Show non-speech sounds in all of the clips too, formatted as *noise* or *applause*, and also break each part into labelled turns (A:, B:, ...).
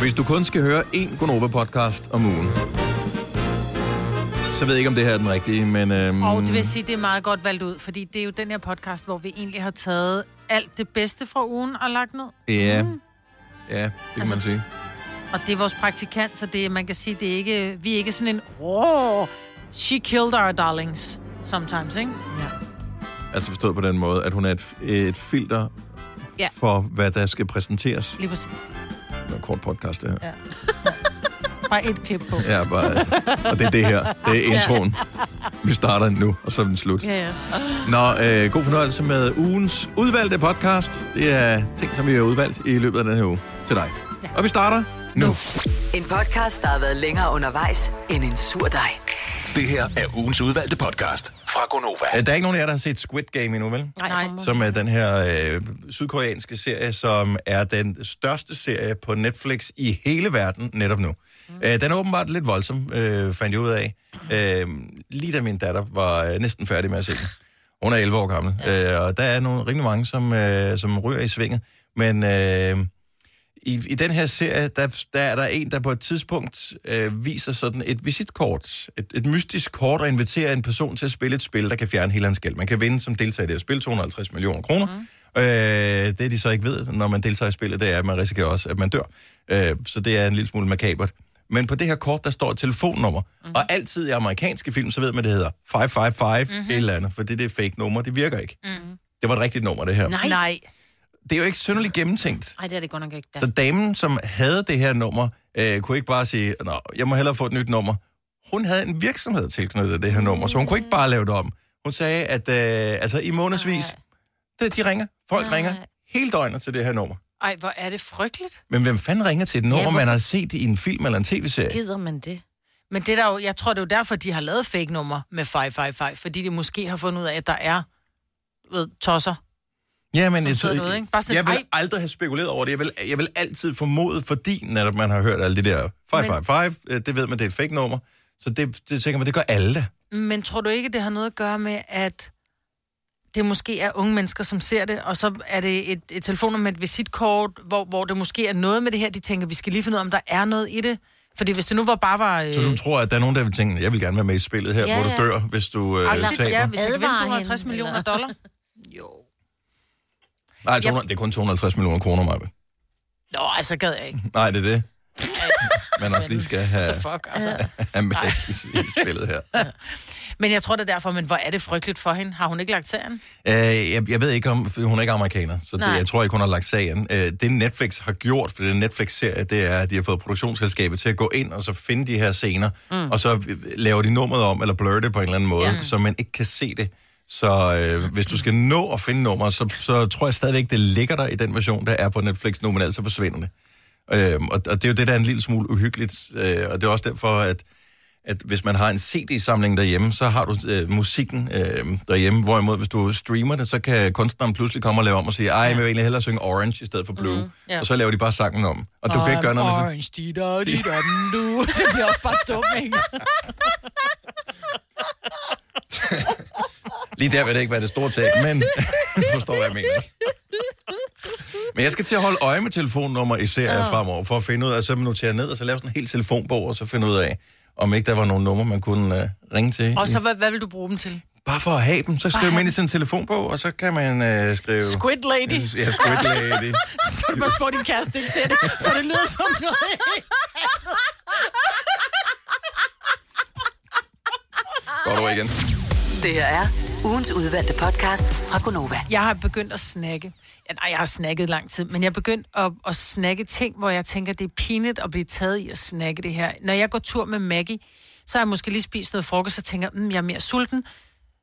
A: Hvis du kun skal høre én Gonova-podcast om ugen, så ved jeg ikke, om det her er den rigtige, men... Øhm,
B: Og det vil sige, det er meget godt valgt ud, fordi det er jo den her podcast, hvor vi egentlig har taget alt det bedste fra ugen og lagt ned.
A: Ja, ja, det kan
B: Altså-
A: man sige.
B: Og det er vores praktikant, så det, man kan sige, det er ikke, vi er ikke sådan en, oh, she killed our darlings sometimes, ikke? Ja.
A: Altså forstået på den måde, at hun er et, et filter
B: Ja.
A: for, hvad der skal præsenteres.
B: Lige præcis.
A: Det er en kort podcast, det her.
B: Ja. *laughs* Bare et klip på.
A: Ja, bare, og det er det her. Det
B: *laughs*
A: er introen. Vi starter nu, og så er den slut.
B: Ja, ja.
A: Nå, øh, god fornøjelse med ugens udvalgte podcast. Det er ting, som vi har udvalgt i løbet af den her uge til dig. Ja. Og vi starter Øh, nu. nu.
C: En podcast, der har været længere undervejs end en sur dej.
D: Det her er ugens udvalgte podcast fra Gonova.
A: Øh, Der er ikke nogen af jer, der har set Squid Game endnu, vel?
B: Nej.
A: Som er den her øh, sydkoreanske serie, som er den største serie på Netflix i hele verden netop nu. Mm. Øh, den er åbenbart lidt voldsom, øh, fandt jeg ud af. Øh, lige da min datter var øh, næsten færdig med at se den. Hun er 11 år gammel, ja. øh, og der er nogle rimelig mange, som, øh, som ryger i svinget. Men øh, i, i den her serie, der, der er der en, der på et tidspunkt øh, viser sådan et visitkort, et, et mystisk kort, og inviterer en person til at spille et spil, der kan fjerne hele hans gæld. Man kan vinde som deltager i det her spil 250 millioner kroner. Mm. Øh, det de så ikke ved, når man deltager i spillet, det er, at man risikerer også, at man dør. Øh, så det er en lille smule makabert. Men på det her kort, der står et telefonnummer. Mm. Og altid i amerikanske film, så ved man, det hedder 555 mm-hmm. et eller andet, for det, det er fake nummer, det virker ikke. Mm. Det var et rigtigt nummer, det her.
B: Nej. Nej.
A: Det er jo ikke synderligt gennemtænkt.
B: Ej, det er det godt nok ikke. Der.
A: Så damen, som havde det her nummer, øh, kunne ikke bare sige, Nå, jeg må hellere få et nyt nummer. Hun havde en virksomhed tilknyttet det her nummer, så hun kunne ikke bare lave det om. Hun sagde, at øh, altså, i månedsvis, det, de ringer, folk
B: Nej.
A: ringer hele døgnet til det her nummer.
B: Ej, hvor er det frygteligt.
A: Men hvem fanden ringer til et nummer, ja, man har set i en film eller en tv-serie?
E: Gider man det?
B: Men det er der jo, jeg tror, det er jo derfor, de har lavet fake nummer med 555, fordi de måske har fundet ud af, at der er du ved, tosser.
A: Ja, men jeg,
B: sådan noget, ikke? Bare sådan,
A: jeg vil
B: ej.
A: aldrig have spekuleret over det. Jeg vil, jeg vil altid formode, fordi netop man har hørt alle de der 555, øh, det ved man, det er et fake nummer. Så det, det tænker man, det gør alle da.
B: Men tror du ikke, det har noget at gøre med, at det måske er unge mennesker, som ser det, og så er det et, et telefonnummer med et visitkort, hvor, hvor det måske er noget med det her, de tænker, vi skal lige finde ud af, om der er noget i det. Fordi hvis det nu var bare var... Øh,
A: Så du tror, at der er nogen, der vil tænke, jeg vil gerne være med i spillet her, ja,
E: Ja,
A: hvor du
E: ja.
A: dør, hvis du øh,
B: ja,
A: taber? Ja,
B: hvis jeg kan vinde
E: Advarer
B: 250
E: hende,
B: millioner
E: eller?
B: dollar.
A: Nej, 200, det er kun 250 millioner kroner, Maja.
B: Nå, altså gad jeg ikke.
A: Nej, det er det. Man også lige skal have,
B: Fuck, altså.
A: have med i, i spillet her.
B: Men jeg tror, det er derfor, men hvor er det frygteligt for hende? Har hun ikke lagt serien?
A: Øh, jeg, jeg ved ikke om, for hun er ikke amerikaner, så det,
B: Nej.
A: jeg tror ikke, hun har lagt sagen. Øh, det Netflix har gjort for den Netflix-serie, det er, at de har fået produktionsselskabet til at gå ind og så finde de her scener, mm. og så laver de nummeret om, eller blur det på en eller anden måde, ja. så man ikke kan se det. Så øh, hvis du skal nå at finde nummeret, så, så tror jeg stadigvæk, det ligger der i den version, der er på Netflix nu, men altså forsvinder det. Øhm, og, og det er jo det, der er en lille smule uhyggeligt, øh, og det er også derfor, at at hvis man har en CD-samling derhjemme, så har du øh, musikken øh, derhjemme. Hvorimod, hvis du streamer det, så kan kunstneren pludselig komme og lave om og sige, ej, jeg vil egentlig hellere synge Orange i stedet for Blue. Mm,
B: Mhm, ja.
A: Og så laver de bare sangen om. Og du kan ikke gøre noget med det.
B: Orange, di da di da du. *laughs* Det bliver også bare dumt, ikke?
A: Lige der vil det ikke være det store tag, men *laughs* forstår, hvad jeg mener. Men jeg skal til at holde øje med telefonnummer i serier oh. fremover, for at finde ud af, så notere ned, og så lave sådan en hel telefonbog, og så finde ud af, om ikke der var nogle numre, man kunne øh, ringe til.
B: Og så, hvad, hvad vil du bruge dem til?
A: Bare for at have dem, så skriver
B: Bare
A: man ind i sin telefonbog, og så kan man øh, skrive... Øh,
B: Squid lady.
A: *laughs* Ja, Squid Lady.
B: *laughs* Så kan du bare spørge din kæreste, ikke ser det, for det lyder som noget.
A: Godt over igen.
C: Det her er ugens udvalgte podcast fra Gonova.
B: Jeg har begyndt at snakke. Ja, nej, jeg har snakket lang tid, men jeg er begyndt at, at snakke ting, hvor jeg tænker, det er pinligt at blive taget i at snakke det her. Når jeg går tur med Maggie, så har jeg måske lige spist noget frokost, og tænker, mm, jeg er mere sulten.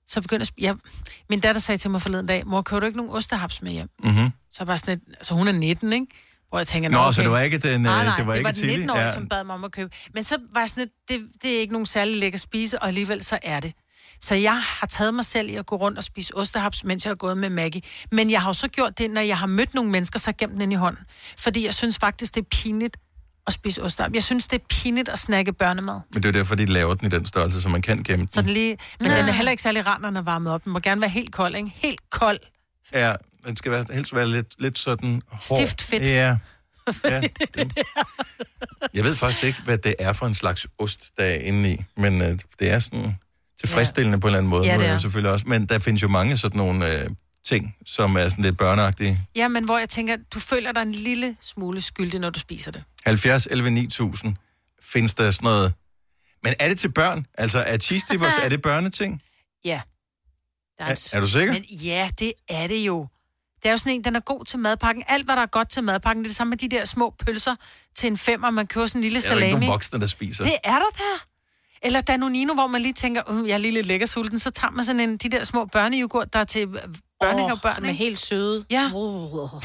B: Så begynder jeg, sp- jeg... Min datter sagde til mig forleden dag, mor, kører du ikke nogen ostehaps med hjem? Mm-hmm. Så er jeg bare sådan lidt, altså hun er 19, ikke? Hvor jeg tænker,
A: Nå,
B: okay.
A: så det var ikke den,
B: Nej,
A: øh,
B: nej,
A: det var ikke
B: den
A: Tilly,
B: 19 årige
A: ja.
B: ja. som bad mig om at købe. Men så var jeg sådan lidt, det, det er ikke nogen særlig lækker spise, og alligevel så er det. Så jeg har taget mig selv i at gå rundt og spise ostehaps, mens jeg har gået med Maggie. Men jeg har jo så gjort det, når jeg har mødt nogle mennesker, så har jeg gemt den ind i hånden. Fordi jeg synes faktisk, det er pinligt at spise ostehaps. Jeg synes, det er pinligt at snakke børnemad.
A: Men det er jo derfor, de laver den i den størrelse, så man kan gemme den.
B: Så den lige, men den er heller ikke særlig rar, når den er varmet op. Den må gerne være helt kold, ikke? Helt kold.
A: Ja, den skal være, helst være lidt, lidt sådan hård.
B: *laughs* Stift fedt.
A: Ja. Ja, det. Jeg ved faktisk ikke, hvad det er for en slags ost, der er inde i, men øh, det er sådan tilfredsstillende ja. på en eller anden måde.
B: Ja,
A: Nu
B: det
A: jeg jo
B: er.
A: Selvfølgelig også. Men der findes jo mange sådan nogle øh, ting, som er sådan lidt børneagtige.
B: Ja, men hvor jeg tænker, du føler dig en lille smule skyldig, når du spiser det.
A: 70, 11, 9000 findes der sådan noget. Men er det til børn? Altså, er cheese
B: *laughs*
A: dippers, er det børneting?
B: Ja.
E: Der en
A: Er, er du sikker?
B: Men ja, det er det jo. Det er jo sådan en, den er god til madpakken. Alt, hvad der er godt til madpakken, det er det samme med de der små pølser til en femmer, man køber sådan en lille
A: Er der
B: salami.
A: ikke nogen voksne, der spiser?
B: Det er der da. Eller Danonino, hvor man lige tænker, uh, jeg er lige lidt lækker sulten, så tager man sådan en, de der små børnejoghurt, der er til
E: Børnehavebørn
B: børnehavebørn,
E: oh, med
B: oh,
E: helt søde.
B: Ja.
E: Uh.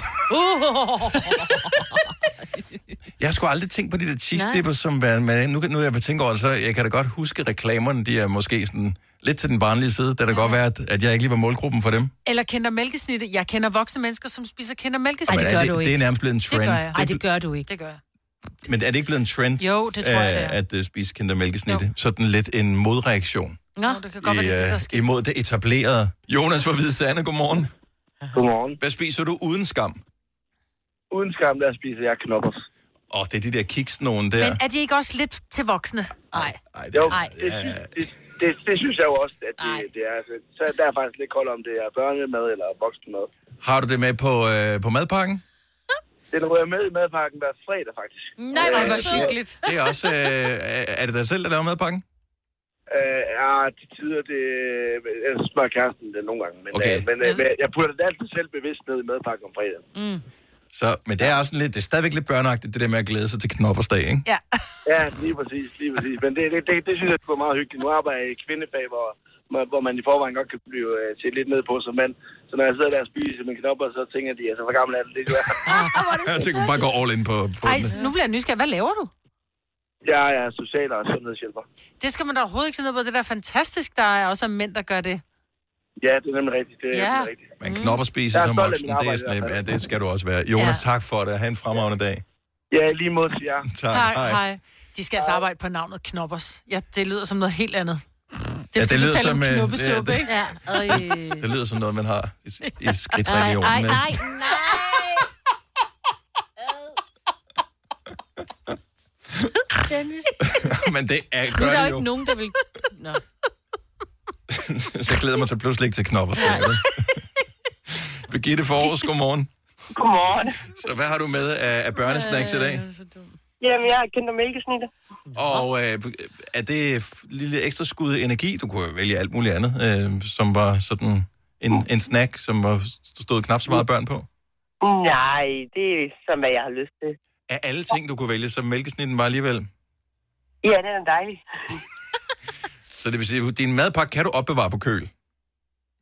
A: Jeg har sgu aldrig tænkt på de der cheese
E: Nej.
A: dippers, som man, man, nu, kan- nu jeg tænker over det, så jeg kan da godt huske reklamerne, de er måske sådan lidt til den barnlige side. Det kan da godt være, at, at jeg ikke lige var målgruppen for dem.
B: *laughs* Eller kender mælkesnitte. Jeg kender voksne mennesker, som spiser kender
E: Ej,
B: mælkesnitte.
E: det
A: men
E: gør du
A: er det,
E: ikke.
A: det er nærmest blevet en
B: gør
A: trend.
B: jeg.
E: Ej, det gør du ikke.
B: det gør jeg.
A: Men er det ikke blevet en trend?
B: Jo, det tror jeg, det er.
A: øh, At uh, spise kinder mælkesnitte. Sådan lidt en modreaktion
E: Nå,
B: Nå, det kan godt være,
A: i,
B: det er det, der
A: øh,
B: sker.
A: imod det etablerede. Jonas fra Hvide Sande, godmorgen.
F: Godmorgen.
A: Hvad spiser du uden skam?
F: Uden skam, der spiser jeg knoppers.
A: Åh, oh, det er de der kiks nogen der.
B: Men er de ikke også lidt til voksne?
E: Nej.
A: Ej, det
F: Jo,
A: er,
F: det,
A: ja, ja.
F: det, det, det, synes jeg jo også, at det,
E: Ej.
F: det er. Altså, så der er faktisk lidt kold om det er børnemad eller voksenmad.
A: Har du det med på, øh, på madpakken?
F: Den rører med i madpakken hver fredag, faktisk. Øh,
E: Nej,
B: Ej,
E: nej,
B: hvor hyggeligt.
A: Det er også... Øh, er- er det dig selv, der laver madpakken?
F: Øh, ja, til tider, det jeg smør kæresten det nogle gange. Men,
A: Okay.
F: øh, men øh, men jeg putter det altid selv bevidst ned i madpakken om fredagen.
A: Så, men det er også sådan lidt, det er stadigvæk lidt børneagtigt, det der med at glæde sig til knoppersdag, ikke?
B: Ja.
F: *laughs* Ja, lige præcis, lige præcis. Men det, det, det, det synes jeg skulle være meget hyggeligt. Nu arbejder jeg i kvindefag, hvor, hvor- hvor man i forvejen godt kan blive øh, set lidt ned på som mand. Så når jeg sidder der og spiser mine knopper, så tænker de, altså, hvor gammel er det lidt?
A: Jeg tænker, bare gå all in på, på
B: Ej,
A: den.
B: nu bliver jeg nysgerrig. Hvad laver du?
F: Jeg er social og sundhedshjælper.
B: Det skal man da overhovedet ikke se noget på. Det der er fantastisk, der er også mænd, der gør det.
F: Ja, det er nemlig rigtigt. Det er
B: Ja.
F: nemlig rigtigt.
A: Men knopper spise
F: Jeg er
A: som
F: stolt af
A: voksen,
F: mit
A: det, er
F: arbejde i
A: sådan,
F: hvert
A: ja,
F: fald.
A: det skal du også være. Jonas, ja.
B: Ja.
A: tak for det. Ha' en fremragende dag.
F: Ja, i lige mod til jer.
A: Tak.
B: Tak, hej. hej. De skal altså arbejde på navnet Knoppers. Ja, det lyder som noget helt andet. Det,
A: det
B: fordi, du
A: lyder
B: taler
A: som,
B: om
A: øh,
B: knoppesuppe,
A: ja, det-
B: ikke?
E: Ja, øh, øj.
A: *laughs*
G: øh,
B: *laughs*
A: Det lyder som noget, man har i, i
E: Ej, ej,
A: skridtregionen.
E: ej,
A: ikke?
E: nej. Ad. Dennis.
A: *laughs* Men det er,
E: Nu
A: gør
E: er der jo
A: det
E: ikke
A: jo.
E: nogen, der vil... Nå.
A: *laughs* Så jeg glæder mig til pludselig ikke til knoppersdag.
E: *laughs*
A: vel? Birgitte Forårs, godmorgen.
G: Godmorgen.
A: Så hvad har du med af, af børnesnacks i dag?
G: Jamen, jeg er kendt mælkesnitte.
A: Og øh, er det f- lille ekstra skud energi? Du kunne jo vælge alt muligt andet, øh, som var sådan en, en snack, som var stod knap så
E: Mm.
A: meget børn på.
G: Nej, det er som, hvad jeg har lyst til.
A: Af alle ting, du kunne vælge, så mælkesnitten var alligevel.
G: Ja, den er dejlig.
A: Så det vil sige, at din madpakke kan du opbevare på køl?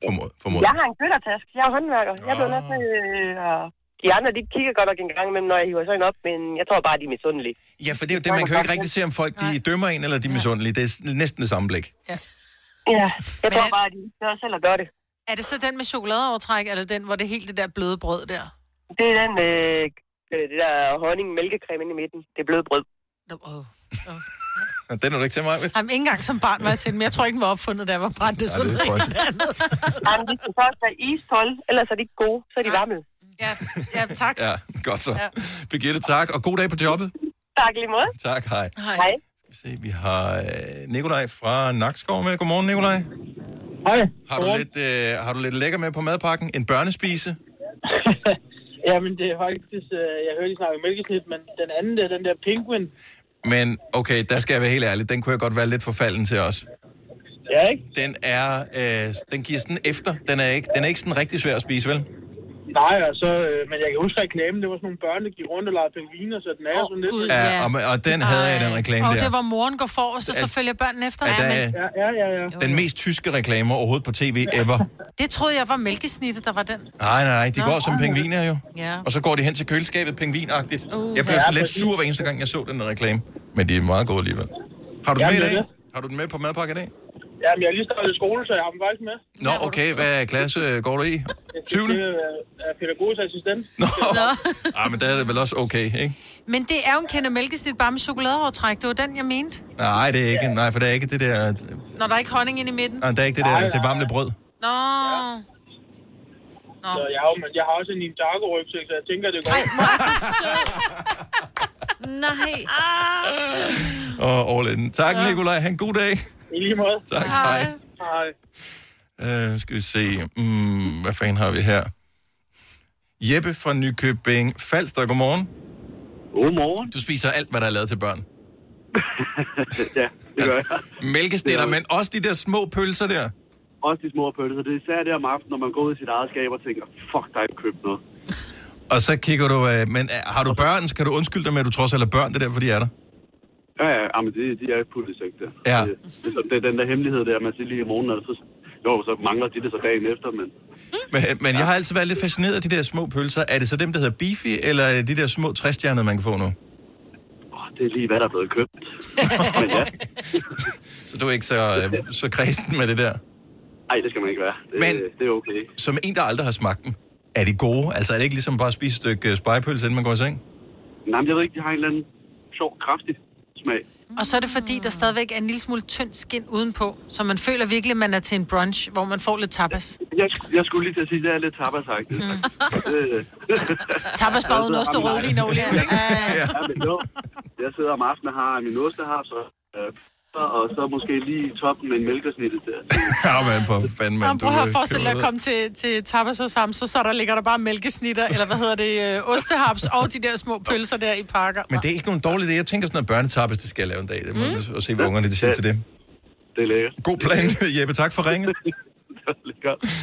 A: Formod, formod.
G: Jeg har en køttertask. Jeg er håndværker. Jeg bliver
A: Ah.
G: nødt til... øh, at- De andre, de kigger godt nok en gang imellem, når jeg hiver sådan op, men jeg tror bare, de er misundelige.
A: Ja, for det er jo det, man kan jo ikke rigtig se, om folk de dømmer en, eller de er misundelige. Det er s- næsten det samme blik.
G: Ja, jeg
B: Men
G: tror
B: er-
G: bare, de gør selv at gøre det.
B: Er det så den med chokoladeovertræk, eller den, hvor det er helt det der bløde brød der?
G: Det er den, øh, øh, det der honning mælkecreme inde i midten. Det er blødt brød.
B: Nå, åh.
A: Og Den er du ikke til mig, ved.
B: Jamen, ikke engang som barn var jeg til den, men jeg tror ikke, den var opfundet, da jeg var brændt. Det er
A: Ej, det
B: sådan
A: er
B: *laughs* rigtigt andet.
G: Jamen, de skal først være iskolde, ellers er de ikke gode, så er de varme.
B: Ja, ja, tak.
A: Ja, godt så.
B: Ja.
A: Birgitte, tak, og god dag på jobbet.
G: Tak i lige måde.
A: Tak, hej.
G: Hej.
A: Skal vi se, vi har øh, Nikolaj fra Nakskov med. Godmorgen, Nikolaj.
H: Hej.
A: Har du, lidt, øh, har du lidt lækker med på madpakken? En børnespise?
H: Jamen, det er faktisk... Øh, jeg hørte, I snakke om mælkesnit, men den anden der, den der penguin.
A: Men okay, der skal jeg være helt ærlig. Den kunne jeg godt være lidt forfalden til os.
H: Ja, ikke?
A: Den er, øh, den giver sådan efter. Den er, ikke, den er ikke sådan rigtig svær at spise, vel?
H: Nej, altså, øh, men jeg kan huske reklamen, det var sådan nogle børn, der gik rundt og legede pingviner, så den er
E: Åh,
H: oh, sådan lidt...
E: Gud.
A: Ja,
E: Ja.
A: og, og den havde jeg i den reklame
B: Og
A: der.
B: det var moren går forrest, og så følger børnene efter.
A: Ja,
B: Ja,
A: der,
H: Ja, ja, ja, ja.
A: den mest tyske reklame overhovedet på tv ever.
B: det troede jeg var mælkesnitte, der var den.
A: Nej, nej, nej. De går som pingviner jo.
B: Ja.
A: Og så går de hen til køleskabet pingvinagtigt.
B: Uh,
A: Jeg blev sådan
H: ja,
A: lidt
H: præcis.
A: sur hver eneste gang, jeg så den der reklame. Men det er meget gode alligevel. Har du den
H: Ja,
A: med i
H: det er
A: dag?
H: det.
A: Har du den med på madpakken i dag?
H: Jamen, jeg er lige startet i skole, så jeg har dem faktisk med.
A: Nå, okay. Hvad klasse går du i? 20.
H: Det er, er pædagogisk assistent.
A: Nå. *laughs* Ej, men der er det vel også okay, ikke?
B: Men det er jo en kende mælkesnit bare med chokoladeovertræk. Det var den, jeg mente.
A: Nej, det er ikke. Nej, for der er ikke det der...
B: Når der er ikke honning ind i midten.
A: Nej, der er ikke det der det varme brød.
B: Nå.
H: Så jeg har, jo- men jeg har også en Ninjago rygsæk, så jeg tænker, det går.
B: Ej, må jeg,
I: Nej.
A: Og all in. Tak, ja. Nikolaj. Ha' en god dag.
H: I lige måde.
A: Tak, hej.
H: Hej.
A: Uh, skal vi se. Mm, hvad fanden har vi her? Jeppe fra Nykøbing Falster. Godmorgen.
J: Godmorgen.
A: Du spiser alt, hvad der er lavet til børn.
J: *laughs*
A: Altså,
J: ja, det gør jeg.
A: Mælkestiller, men også de der små pølser der.
J: Også de små pølser. Det er især det om aftenen, når man går ud i sit eget skab og tænker, fuck, der er ikke købt noget.
A: Og så kigger du... Øh, men øh, har du børn, så kan du undskylde dig med, at du trods alt er børn. Det er derfor, de er der.
J: Ja, ja, ja men de, de er puttet i sæk der.
A: Ja.
J: Det, det, er sådan- det, er den der hemmelighed der, man siger lige i morgen, og så, jo, så mangler de det så dagen efter, men
A: Men, øh, men jeg har altid været lidt fascineret af de der små pølser. Er det så dem, der hedder beefy, eller er det de der små træstjernede, man kan få nu?
J: åh, ah, det er lige, hvad der er blevet
A: *laughs*
J: købt.
A: Så du er ikke så, øh, så kredsen med det der.
J: Nej, det skal man ikke være. Det, men... Øh, det er okay.
A: Som en, der aldrig har smagt dem, er de gode? Altså er det ikke ligesom bare at spise et stykke øh, spegepølse, inden man går i seng?
J: Nej, men jeg ved ikke, de har en eller anden sjov, kraftig smag.
B: Og så er det fordi, der stadigvæk er en lille smule tynd skin udenpå, så man føler virkelig, at man er til en brunch, hvor man får lidt tapas.
J: Jeg, sk- jeg skulle lige til at sige, at det er lidt tapasagtigt. Mm.
B: *laughs* Tapas bare uden ost og rødvin og olie.
J: ja, men jo. Jeg sidder om aftenen og har min ostehar, så øh, og så måske lige i toppen med en mælkesnitte der.
A: Ja, man, for fanden,
B: Man, prøv at forestille dig at komme til, til tapas hos ham, så, så der ligger der bare mælkesnitter, eller hvad hedder det, øh, ostehaps og de der små pølser der i pakker.
A: Men det er ikke nogen dårlig idé. Jeg tænker sådan noget børnetapas, det skal jeg lave en dag. Det må mm. og se, hvad ungerne de siger til det.
J: Det er lækkert.
A: God plan, *laughs* Jeppe. Tak for
J: *laughs*
A: ringet.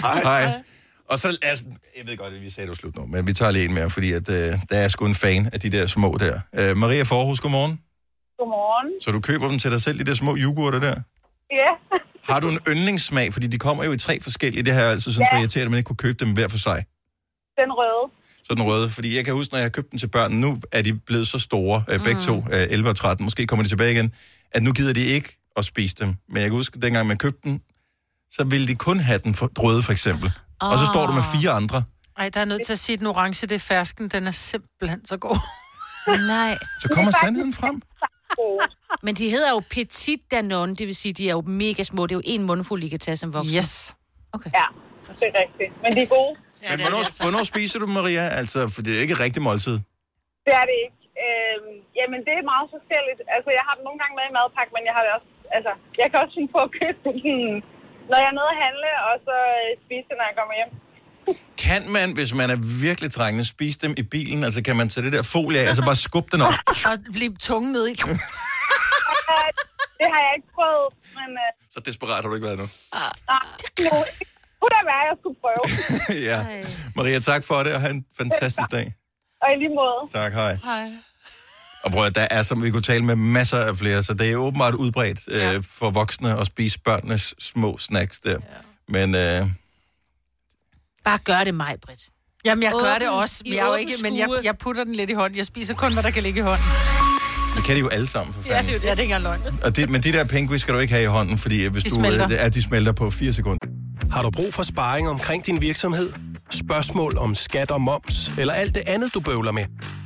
A: Hej. Hej. Og så, altså, jeg ved godt, at vi sagde, det var slut nu, men vi tager lige en mere, fordi at, øh, der er sgu en fan af de der små der. Øh, Maria Forhus, godmorgen.
K: Godmorgen.
A: Så du køber dem til dig selv, de der små yoghurter der?
K: Ja.
A: Har du en yndlingssmag? Fordi de kommer jo i tre forskellige. Det har jeg altid syntes
K: Ja.
A: ja. irriterende, at man ikke kunne købe dem hver for sig.
K: Den røde.
A: Så den røde. Fordi jeg kan huske, når jeg købte dem til børn, nu er de blevet så store, øh, begge
K: Mm.
A: to, øh, 11 og 13, måske kommer de tilbage igen, at nu gider de ikke at spise dem. Men jeg kan huske, at dengang man købte dem, så ville de kun have den for, røde, for eksempel. Oh. Og så står du med
B: Ah.
A: fire andre.
B: Ej, der er nødt til at sige, at den orange, det er fersken, den er simpelthen så god.
I: Nej.
A: Så kommer sandheden frem.
I: *laughs* Men de hedder jo petit danone, det vil sige, de er jo mega små. Det er jo en mundfuld, I kan tage som voksen.
B: Yes.
I: Okay.
K: Ja, det er rigtigt. Men de er gode.
A: Ja, Men hvornår,
B: altså.
A: hvornår spiser du dem, Maria? Altså, for det er jo ikke et rigtigt måltid.
K: Det er det ikke. Øhm, jamen, det er meget forskelligt. Altså, jeg har dem nogle gange med i madpakke, men jeg har det også... Altså, jeg kan også finde på at købe dem, sådan, når jeg er nede at handle, og så øh, spise det, når jeg kommer hjem. *laughs*
A: Kan man, hvis man er virkelig trængende, spise dem i bilen? Altså, kan man tage det der folie af, og så bare skubbe den op?
B: Og blive tungen ned i.
K: Øh, det har jeg ikke prøvet, men... Øh,
A: Så desperat har du ikke været nu.
K: nej, nu, kunne da være, at jeg skulle prøve.
A: *laughs* ja. Maria, tak for det, og have en fantastisk dag.
K: Og i lige måde.
A: Tak, hej.
B: Hej.
A: Og prøv at der er, som vi kunne tale med, masser af flere, så det er åbenbart udbredt øh, for voksne at spise børnenes små snacks der. Men øh,
I: Bare gør det mig, Britt.
B: Jamen, jeg gør
I: Åben-
B: det også, men
I: i
B: jeg, er jo
I: åben
B: ikke, men jeg,
I: skue.
B: jeg putter den lidt i hånden. Jeg spiser kun, hvad der kan ligge i hånden.
A: det kan de jo alle sammen, for
B: Ja, det
A: fanden.
B: er jo det. Ja, det er ikke engang løgn.
A: Og det, men de der penguins skal du ikke have i hånden, fordi øh, hvis
B: De
A: du,
B: smelter.
A: Øh, det er, de smelter på 4 sekunder.
L: Har du brug for sparring omkring din virksomhed? Spørgsmål om skat og moms, eller alt det andet, du bøvler med?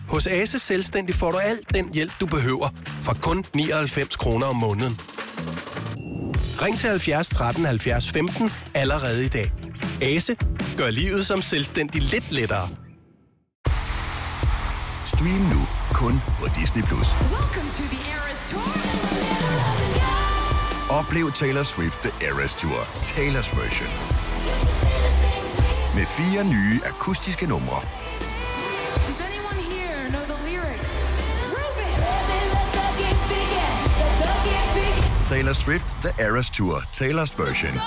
L: Hos Ase Selvstændig får du alt den hjælp, du behøver, for kun 99 kroner om måneden. Ring til 70 13 70 15 allerede i dag. Ase gør livet som selvstændig lidt lettere.
M: Stream nu kun på Disney+. Plus. Oplev Taylor Swift The Eras Tour, Taylor's version. Med fire nye akustiske numre. Taylor Swift The Eras Tour, Taylor's version.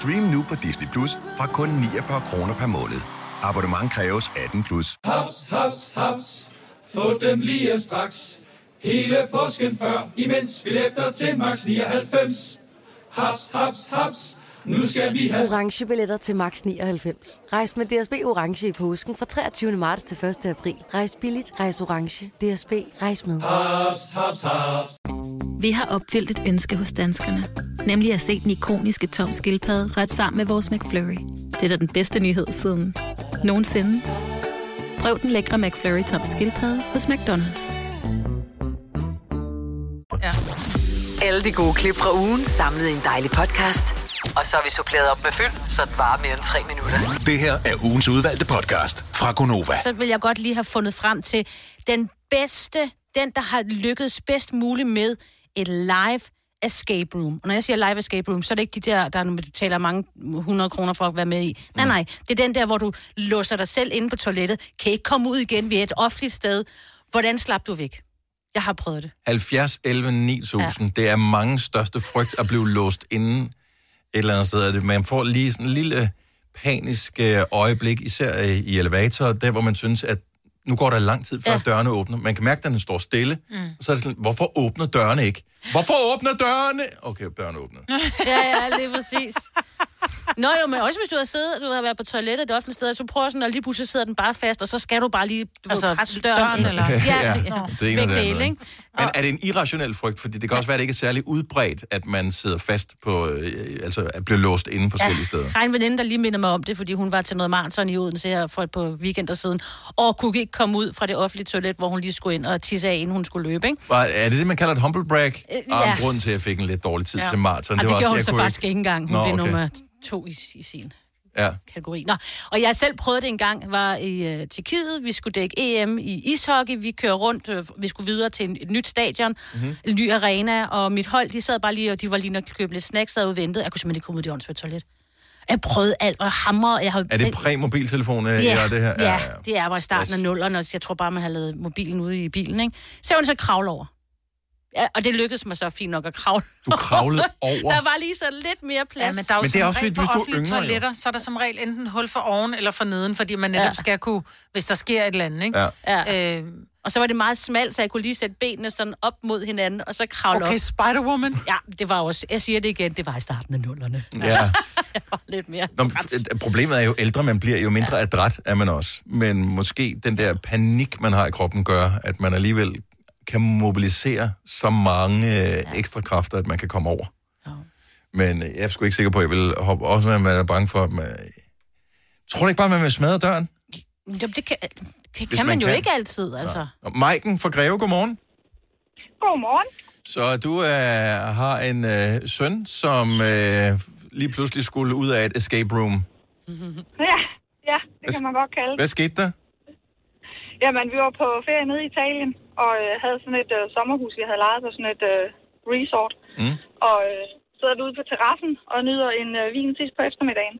M: Stream nu på Disney Plus fra kun 49 kroner per måned. Abonnement kræves 18 plus.
N: Haps, haps, haps. Få dem lige straks. Hele påsken før, imens vi læfter til max 99. Haps, haps, haps. Nu skal vi have...
O: orange billetter til max 99. Rejs med DSB orange i påsken fra 23. marts til 1. april. Rejs billigt, rejs orange. DSB rejs med.
N: Haps, haps, haps.
P: Vi har opfyldt et ønske hos danskerne. Nemlig at se den ikoniske tom skildpadde ret sammen med vores McFlurry. Det er da den bedste nyhed siden nogensinde. Mm. Prøv den lækre McFlurry tom skildpadde hos McDonald's.
C: Alle de gode klip fra ugen samlet i en dejlig podcast. Og så har vi suppleret op med fyld, så det varer mere end tre minutter.
D: Det her er ugens udvalgte podcast fra Gonova.
I: Så vil jeg godt lige have fundet frem til den bedste, den, der har lykkedes bedst muligt med et live escape room. Og når jeg siger live escape room, så er det ikke de der, der du betaler mange 100 kroner for at være med i. Nej, nej. Det er den der, hvor du låser dig selv inde på toilettet, kan ikke komme ud igen ved et offentligt sted. Hvordan slap du væk? Jeg har prøvet det.
A: 70, 11, 9000, ja. det er mange største frygt at blive låst inden et eller andet sted. Er det- Man får lige sådan en lille panisk øh, øjeblik, især øh, i elevator, der hvor man synes, at nu går der lang tid, før ja. dørene åbner. Man kan mærke, at den står stille. Mm. Og så er det sådan, hvorfor åbner dørene ikke? Hvorfor åbner dørene? Okay, dørene åbner.
I: ja, ja, lige præcis. Nå jo, men også hvis du har siddet, du har været på toilettet det offentlige sted, og så prøver sådan, og lige pludselig sidder den bare fast, og så skal du bare lige du altså, presse døren. eller? Ja, ja.
A: det ene og det andet.
I: ikke?
A: Men er det en irrationel frygt? Fordi det kan også være, at det ikke er særlig udbredt, at man sidder fast på, øh, altså at blive låst inde på forskellige steder.
I: Der er en veninde, der lige minder mig om det, fordi hun var til noget maraton i Odense her for et par weekender siden, og kunne ikke komme ud fra det offentlige toilet, hvor hun lige skulle ind og tisse af, inden hun skulle løbe, ikke?
A: Og er det det, man kalder et humble brag?
I: Øh,
A: Ja. Og
I: ja.
A: grunden til, at jeg fik en lidt dårlig tid ja. til maraton,
I: Ej, det, det gjorde hun
A: jeg
I: så
A: kunne
I: faktisk ikke engang. Hun
A: Nå,
I: blev
A: okay.
I: nummer to i, i sin
A: Ja.
I: kategori. Nå, og jeg selv prøvede det en gang, var i øh, Tjekkiet, vi skulle dække EM i ishockey, vi kører rundt, øh, vi skulle videre til en, et nyt stadion, mm-hmm. en ny arena, og mit hold, de sad bare lige, og de var lige nok købe lidt snacks, sad ude og ventede. Jeg kunne simpelthen ikke komme ud i det åndsvær toilet. Jeg prøvede alt, og hammer, og jeg har...
A: Er det præ-mobiltelefon, øh,
I: Ja,
A: eller det her?
I: ja, ja, det er bare i starten af nullerne, og jeg tror bare, man havde lavet mobilen ude i bilen, ikke? Så var hun så kravle over. Ja, og det lykkedes mig så fint nok at kravle
A: Du kravlede over?
I: Der var lige så lidt mere plads.
B: Ja, men der er
A: Men
B: jo men
A: det
B: det
A: er
B: er
A: også
B: også
A: fordi,
B: på
A: hvis du er
B: offentlige
A: yngre, jo.
B: toiletter, så er der som regel enten hul for oven eller for neden, fordi man netop
I: Ja.
B: ja. skal kunne, hvis der sker et eller andet, ikke?
A: Ja.
I: Ja. Øh, og så var det meget smalt, så jeg kunne lige sætte benene sådan op mod hinanden, og så kravle op.
B: Okay, Spider-Woman.
I: Ja, det var også, jeg siger det igen, det var i starten af nullerne. *laughs*
A: Ja.
I: jeg var lidt mere
A: Nå, men f- problemet er jo, ældre man bliver, jo mindre adræt er man også. Men måske den der panik, man har i kroppen, gør, at man alligevel kan mobilisere så mange øh, ekstra kræfter, at man kan komme over. Men øh, jeg er sgu ikke sikker på, at jeg vil hoppe også, når man er bange for, at man... Tror du ikke bare, at man vil smadre døren?
I: Jamen, det kan, det
A: Hvis
I: kan man,
A: man
I: jo
A: kan.
I: ikke altid, altså.
A: Og Maiken fra Greve, godmorgen.
K: Godmorgen.
A: Så du øh, har en øh, søn, som øh, lige pludselig skulle ud af et escape room.
K: *laughs* Ja, ja, det kan man godt kalde det.
A: Hvad skete der?
K: Jamen, vi var på ferie nede i Italien, og øh, havde sådan et øh, sommerhus, vi havde lejet på sådan et øh, resort.
A: Mm.
K: Og øh, sidder ude på terrassen og nyder en øh, vin sidst på eftermiddagen.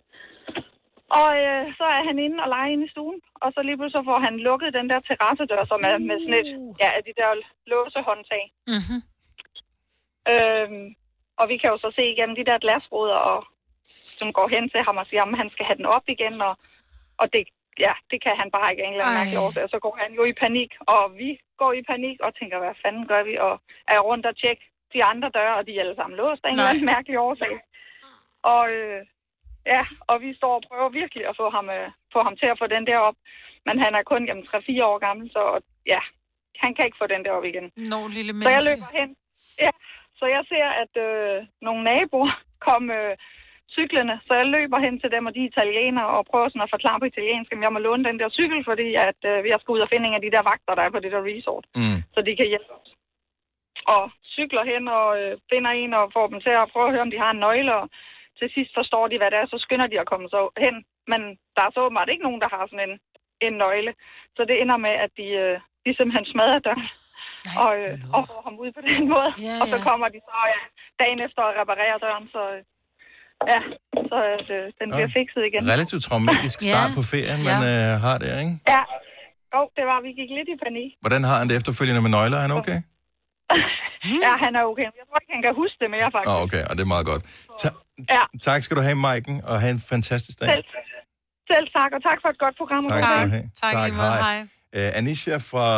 K: Og øh, så er han inde og leger inde i stuen, og så lige pludselig så får han lukket den der terrassedør, som er med sådan et, ja, af de der låsehåndtag.
B: Mm-hmm.
K: Øhm, og vi kan jo så se igennem de der glasruder, og, som går hen til ham og siger, at han skal have den op igen, og, og det, ja, det kan han bare ikke af en eller anden mærkelig årsag. Og så går han jo i panik, og vi går i panik og tænker, hvad fanden gør vi, og er rundt og tjekke de andre døre, og de er alle sammen låst af en eller anden mærkelig årsag. Og øh, ja, og vi står og prøver virkelig at få ham, øh, få ham til at få den der op, men han er kun jamen, 3-4 år gammel, så ja, han kan ikke få den der op igen.
B: Nå, lille
K: Så jeg
B: menneske.
K: løber hen. Ja, så jeg ser, at øh, nogle naboer *laughs* kom øh, cyklerne, så jeg løber hen til dem, og de er italienere, og prøver sådan at forklare på italiensk, at jeg må låne den der cykel, fordi at, øh, jeg skal ud og finde en af de der vagter, der er på det der resort,
A: Mm.
K: så de kan hjælpe os. Og cykler hen og øh, finder en og får dem til at prøve at høre, om de har en nøgle, og til sidst forstår de, hvad det er, så skynder de at komme så hen. Men der er så åbenbart ikke nogen, der har sådan en, en nøgle. Så det ender med, at de, øh, de simpelthen smadrer døren og, øh, og får ham ud på *laughs* den måde.
I: Ja,
K: Og så
I: ja.
K: kommer de så ja, dagen efter og reparerer døren, så øh, ja, så at, øh, den bliver
A: Ja.
K: fikset igen.
A: Relativt traumatisk start på ferien, man øh, har der, ikke?
K: Ja, jo, det var, vi gik lidt i panik.
A: Hvordan har han det efterfølgende med nøgler? Er han okay? Hmm.
K: Ja, han er okay. Jeg tror ikke, han kan huske det mere,
A: Nå,
K: faktisk.
A: oh, okay, og det er meget godt. Ta-
K: Ja.
A: Tak skal du have, Maiken, og have en fantastisk dag.
K: Selv, selv tak, og tak for et godt program. og
A: Tak
K: god
A: skal
K: dag.
A: du have. Tak, hej. Uh, Anisha fra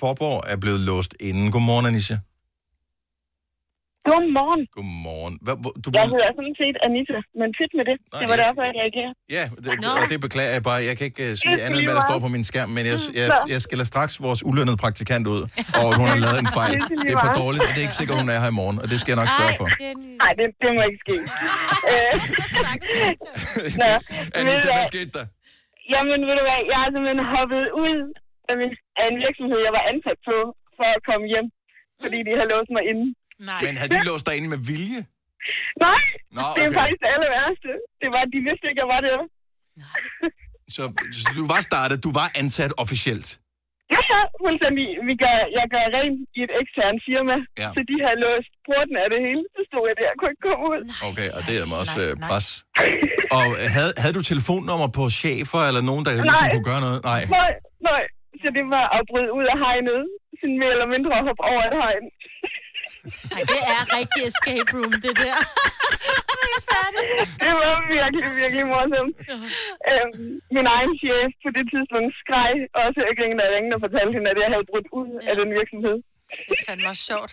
A: Forborg er blevet låst inden. Godmorgen, Anisha.
Q: Godmorgen.
A: Godmorgen. Hvad, hvor, du
Q: Jeg
A: blev...
Q: hedder sådan set Anita, men fedt med det. Det var derfor, jeg reagerede.
A: Ja, det,
Q: Nå.
A: og det beklager jeg bare. Jeg kan ikke uh, sige
Q: Det er Mm,
A: andet, end hvad
Q: lige
A: der
Q: meget.
A: står på min skærm, men jeg, jeg,
Q: Nå.
A: jeg skiller straks vores ulønnede praktikant ud, og hun har lavet en fejl.
Q: *laughs* Det er lige
A: Det er for
Q: meget.
A: dårligt, og det er ikke sikkert, hun er her i morgen, og det skal jeg nok sørge for.
Q: Nej, det, det må ikke
A: *laughs*
Q: ske. Øh, Nå, ved du
A: Anita, hvad
Q: hvad?
A: skete der?
Q: Øh, Jamen, ved du hvad, jeg er simpelthen hoppet ud af, min, af en virksomhed, jeg var ansat på, for at komme hjem, fordi de havde låst mig inde.
B: Nej.
A: Men havde de låst dig inde med vilje?
Q: Nej,
A: Nå,
Q: det er
A: okay.
Q: faktisk det aller værste. Det var, de vidste ikke, jeg var der.
A: Så, så du var startet, du var ansat officielt.
R: Ja, ja, fuldstændig. Vi gør, jeg gør rent i et ekstern firma,
A: Ja.
R: ja. så de har låst porten af det hele. Så stod jeg der og kunne ikke komme ud.
A: Okay, og det er mig også øh, pres. Og øh, havde, havde du telefonnummer på chefer, eller nogen, der ligesom
R: Nej.
A: kunne gøre noget? Nej.
R: Nej, nej. Så det var at bryde ud af hegnet. Sådan mere eller mindre at hoppe over et hegn.
I: Nej, det er rigtig escape room, det der. *laughs*
R: *laughs* det var virkelig, virkelig morsomt. Øhm, min egen chef på det tidspunkt skreg også af grin, da jeg ringede og fortalte hende, at jeg havde brudt ud af den virksomhed.
B: Det fandme også sjovt.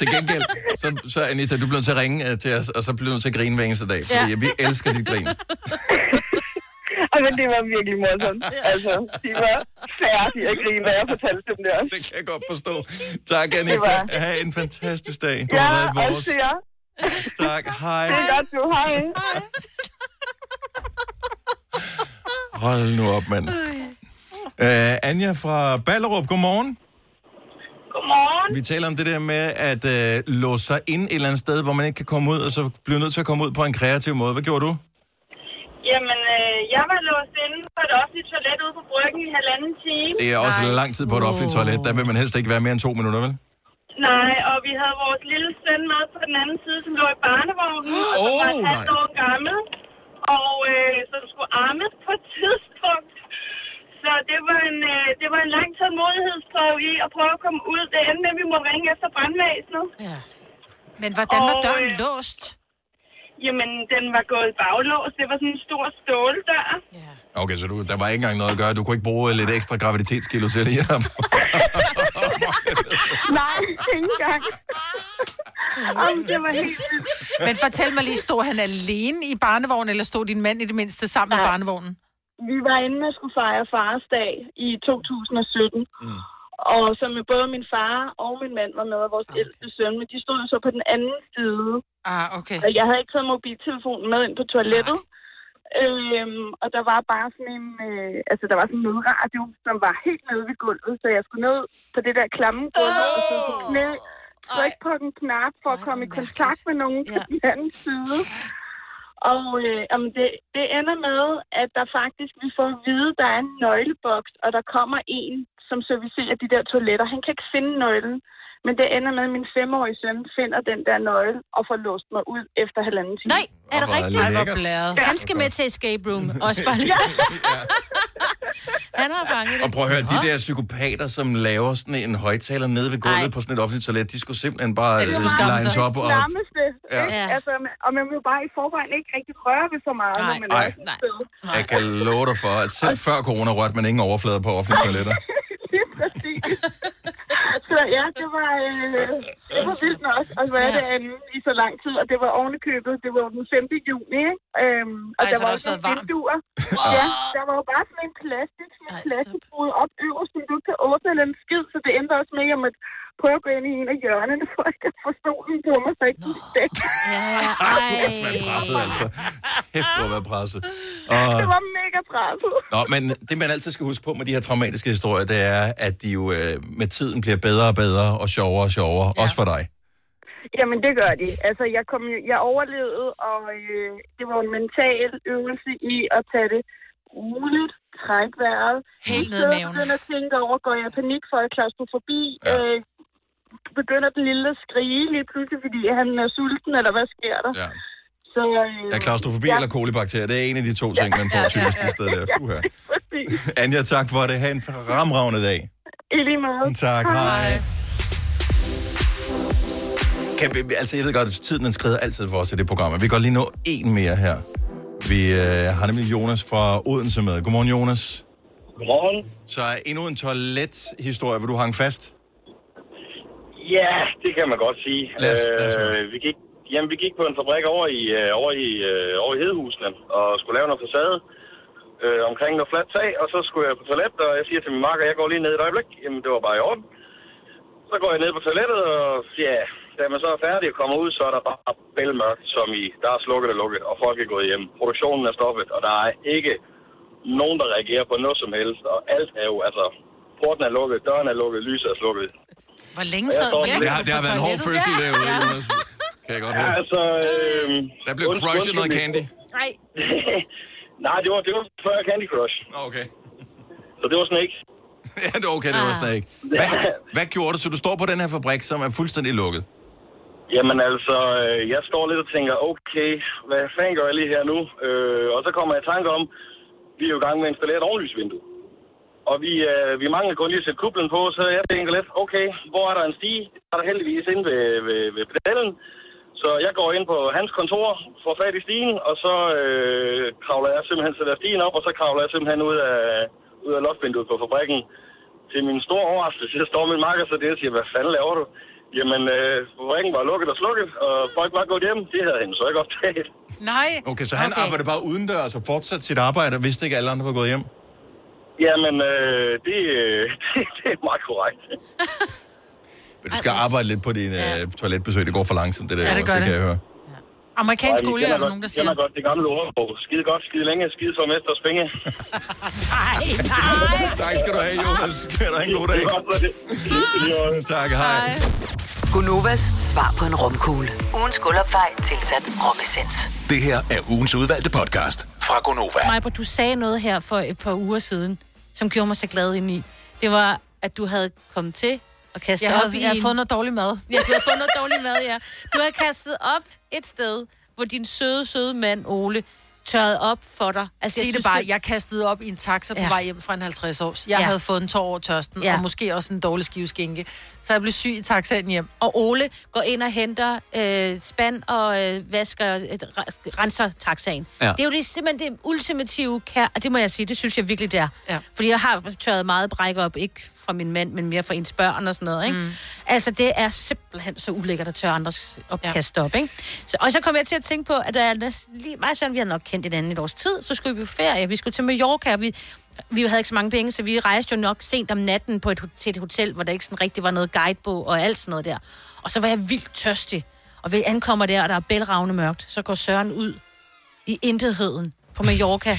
A: Til gengæld, så, så Anita, du bliver nødt til at ringe øh, til os, og så bliver du nødt til at grine hver eneste dag, fordi
R: Ja.
A: vi elsker dit grin.
R: Og men det var virkelig morsomt. Altså, de var færdige af grin, da jeg fortalte dem det også.
A: Det kan jeg godt forstå. Tak, Anita.
R: var-
A: Ha' en fantastisk dag. Du
R: Ja,
A: har været
R: og
A: vores.
R: til jer.
A: Tak, hej.
R: Det er godt, du. Hej.
A: Hold nu op, mand. Uh, Anja fra Ballerup, godmorgen.
S: Godmorgen.
A: Vi taler om det der med at uh, låse sig ind et eller andet sted, hvor man ikke kan komme ud, og så bliver nødt til at komme ud på en kreativ måde. Hvad gjorde du?
S: Jamen, øh, jeg var låst inde på et offentligt toilet ude på bryggen i halvanden time.
A: Det er også lang tid på et offentligt toilet. Der vil man helst ikke være mere end to minutter, vel?
S: Nej, og vi havde vores lille søn med på den anden side, som lå i barnevognen, og som
A: Åh,
S: var et halvt
A: nej.
S: år gammel, og øh, som skulle ammes på et tidspunkt. Så det var en, øh, det var en lang tålmodighedsprøve i at prøve at komme ud. Det endte med, at vi må ringe efter brandvæsenet. øh,
B: Ja. Men hvordan var døren låst?
S: Jamen, den var gået baglås. Det var sådan en stor ståldør.
A: Okay, så du, der var ikke engang noget at gøre. Du kunne ikke bruge lidt ekstra graviditetskilo til lige at
S: Nej, ikke engang.
B: Om det var helt Men fortæl mig lige, stod han alene i barnevognen, eller stod din mand i det mindste sammen med barnevognen?
S: Vi var inde og skulle fejre fars dag i 2017.
A: Mm.
S: Og så med både min far og min mand var med, og vores okay. ældste søn, men de stod jo så på den anden side.
B: Ah, okay.
S: Og jeg havde ikke taget mobiltelefonen med ind på toilettet. Øhm, og der var bare sådan en, øh, altså der var sådan en nødradio, som var helt nede ved gulvet, så jeg skulle ned på det der klamme gulv oh! og sidde på knæ, trykke på den knap for at komme i kontakt med nogen ja. på den anden side. Og øh, jamen det, det ender med, at der faktisk, vi får at vide, der er en nøgleboks, og der kommer en, som servicerer de der toiletter. Han kan ikke finde nøglen, men det ender med, at min femårige søn finder den der nøgle og får låst mig ud efter halvanden time. Nej,
I: Er det rigtigt?
S: Ej, hvor
I: blæret.
S: Ja.
I: Han skal med til escape room.
A: *laughs*
I: Også bare lige. Han har fanget det.
A: Og prøv at høre, de der psykopater, som laver sådan en højtaler nede ved gulvet på sådan et offentligt toilet, de skulle simpelthen bare
S: Det altså
A: øh, lines op og...
S: Nærmeste,
A: Ja.
S: ja. ikke? Altså, og man vil jo bare i forvejen ikke rigtig røre ved så meget, når man
A: Nej.
S: er sådan et sted.
A: Jeg kan love dig for, at selv før corona rørte man ingen overflader på offentlige toiletter.
S: Lige præcis. så ja, det var, øh, det var vildt nok at være ja. derinde i så lang tid, og det var ovenikøbet, det var jo den 5. juni, ikke? Øhm, og
B: Ej,
S: der var
B: så det
S: jo sådan
B: også været
S: nogle
B: varmt.
S: vinduer. ja, der var jo bare sådan en plastik, sådan en plastikrude op øverst, som du ikke kan åbne eller en skid, så det endte også med, at jeg måtte prøve at gå ind i en af hjørnerne, for at jeg kan få solen på mig, så jeg ikke gik stæk.
A: Ej, du har også været presset, altså. Hæft, du har været presset. Og...
S: Det var mega presset.
A: Nå, men det man altid skal huske på med de her traumatiske historier, det er, at de jo øh, med tiden bliver bedre og bedre og sjovere og sjovere, ja. også for dig.
S: Jamen, det gør de. Altså, jeg, kom, jo- jeg overlevede, og øh, det var en mental øvelse i at tage det roligt, trække vejret. Helt ned maven. Begynder at tænke over, går jeg i panik, for jeg klaustrofobi? Ja. Øh, begynder den lille at skrige lige pludselig, fordi han er sulten, eller hvad sker der?
A: Ja.
S: Så, øh,
A: Ja, klaustrofobi ja.
S: ja.
A: eller kolibakterier, det er en af de to ting, man får
S: Ja, ja,
A: typisk
S: ja.
A: i stedet der.
S: Ja.
A: Uha.
S: Præcis.
A: Anja, tak for det. Ha' en ramravende dag.
S: I lige måde.
A: Tak, hej. Kan vi, altså, jeg ved godt, at tiden den skrider altid for os i det program, men vi kan godt lige nå en mere her. Vi øh, har nemlig Jonas fra Odense med. Godmorgen, Jonas.
T: Godmorgen.
A: Så endnu en toilethistorie, hvor du hang fast.
T: Ja, det kan man godt sige.
A: Lad os-
T: øh, vi gik, jamen, vi gik på en fabrik over i, øh, over i, øh, over i Hedehusene og skulle lave noget facade øh, omkring noget fladt tag, og så skulle jeg på toilet, og jeg siger til min marker, jeg går lige ned et øjeblik. Jamen, det var bare i orden. Så går jeg ned på toilettet, og ja, da man så er færdig og kommer ud, så er der bare bælmørkt, som i, der er slukket og lukket, og folk er gået hjem. Produktionen er stoppet, og der er ikke nogen, der reagerer på noget som helst, og alt er jo, altså, porten er lukket, døren er lukket, lyset er slukket.
B: Hvor længe
T: Og jeg
B: sad
T: står-
B: hvor
T: Det
B: længe
T: har-
B: var
T: det har
B: du på
T: været en hård
B: toilettet?
T: fødsel derude,
B: Ja.
T: Jonas.
A: Kan jeg
T: godt høre. Altså, øh,
A: Der blev crushet noget
T: *laughs*
A: candy.
I: Nej.
T: Nej, det var, det var før Candy Crush.
A: Okay.
T: Så det var sådan ikke.
A: *laughs* Ja, det er okay, det var sådan ikke. Hvad, hvad gjorde du, så du står på den her fabrik, som er fuldstændig lukket?
T: Jamen altså, øh, jeg står lidt og tænker, okay, hvad fanden gør jeg lige her nu? Øh, og så kommer jeg i tanke om, vi er jo i gang med at installere et ovenlysvindue. Og vi, øh, vi mangler kun lige at sætte kuplen på, så jeg tænker lidt, okay, hvor er der en stige? Der er der heldigvis inde ved, ved, ved pedalen. Så jeg går ind på hans kontor, får fat i stigen, og så øh, kravler jeg simpelthen sætter stigen op, og så kravler jeg simpelthen ud af, ud af loftvinduet på fabrikken. Til min store overraskelse, så står min marker så det og siger, hvad fanden laver du? Jamen, øh, fabrikken var lukket og slukket, og folk var gået hjem. Det havde han så ikke opdaget. *laughs*
B: Nej.
A: Okay, så han okay. arbejder bare udendørs og fortsat sit arbejde, og vidste ikke, at alle andre var gået hjem?
T: Jamen, øh, det, *laughs* øh, det, det er meget korrekt.
A: Men du skal arbejde lidt på din ja. toiletbesøg. Det går for langsomt, det der.
B: Ja, det gør
A: det kan
B: det.
A: jeg høre.
B: Amerikansk
T: Ej, vi
B: olie,
T: kender
B: er der
T: godt-
B: nogen, der
T: kender
B: siger.
T: godt det gamle ordbog. Skide godt, skide længe, skide som mester og spænge.
B: *laughs* Nej,
A: tak skal du have, Jonas. Kan der en god dag. tak, hej.
C: Gunovas svar på en romkugle. Ugens guldopfej tilsat romessens.
D: Det her er ugens udvalgte podcast fra Gonova.
I: Majbert, du sagde noget her for et par uger siden, som gjorde mig så glad ind i. Det var, at du havde kommet til at kaste
B: Jeg
I: op
B: havde-
I: i...
B: jeg havde
I: en-
B: fået noget dårlig mad.
I: Ja, du havde fået noget dårlig mad, ja. Du havde kastet op et sted, hvor din søde, søde mand Ole tørrede op for dig.
B: Altså, Sig det bare, jeg kastede op i en taxa på ja. vej hjem fra en 50 års. Jeg ja.
I: Ja.
B: havde fået en tår over tørsten, ja.
I: Ja.
B: og måske også en dårlig skive skinke. Så jeg blev syg i taxaen hjem.
I: Og Ole går ind og henter øh, spand og øh, vasker, øh, re- renser taxaen.
B: Ja.
I: Ja. Det er jo det, simpelthen det ultimative kær, og det må jeg sige, det synes jeg virkelig, det er. Ja. Fordi jeg har tørret meget bræk op, ikke fra min mand, men mere fra ens børn og sådan noget. Ikke?
B: Mm.
I: Mm. Altså, det er simpelthen så ulækkert at tørre andres opkast ja. op. Ikke? Så, og så kom jeg til at tænke på, at der er næsten lige meget sådan, vi havde nok kendt hinanden et års tid, så skulle vi på ferie, vi skulle til Mallorca, og vi, vi havde ikke så mange penge, så vi rejste jo nok sent om natten på et, ho- til et hotel, hvor der ikke sådan rigtig var noget guidebog og alt sådan noget der. Og så var jeg vildt tørstig. Og vi ankommer der, og der er bælragende mørkt. Så går Søren ud i intetheden på Mallorca.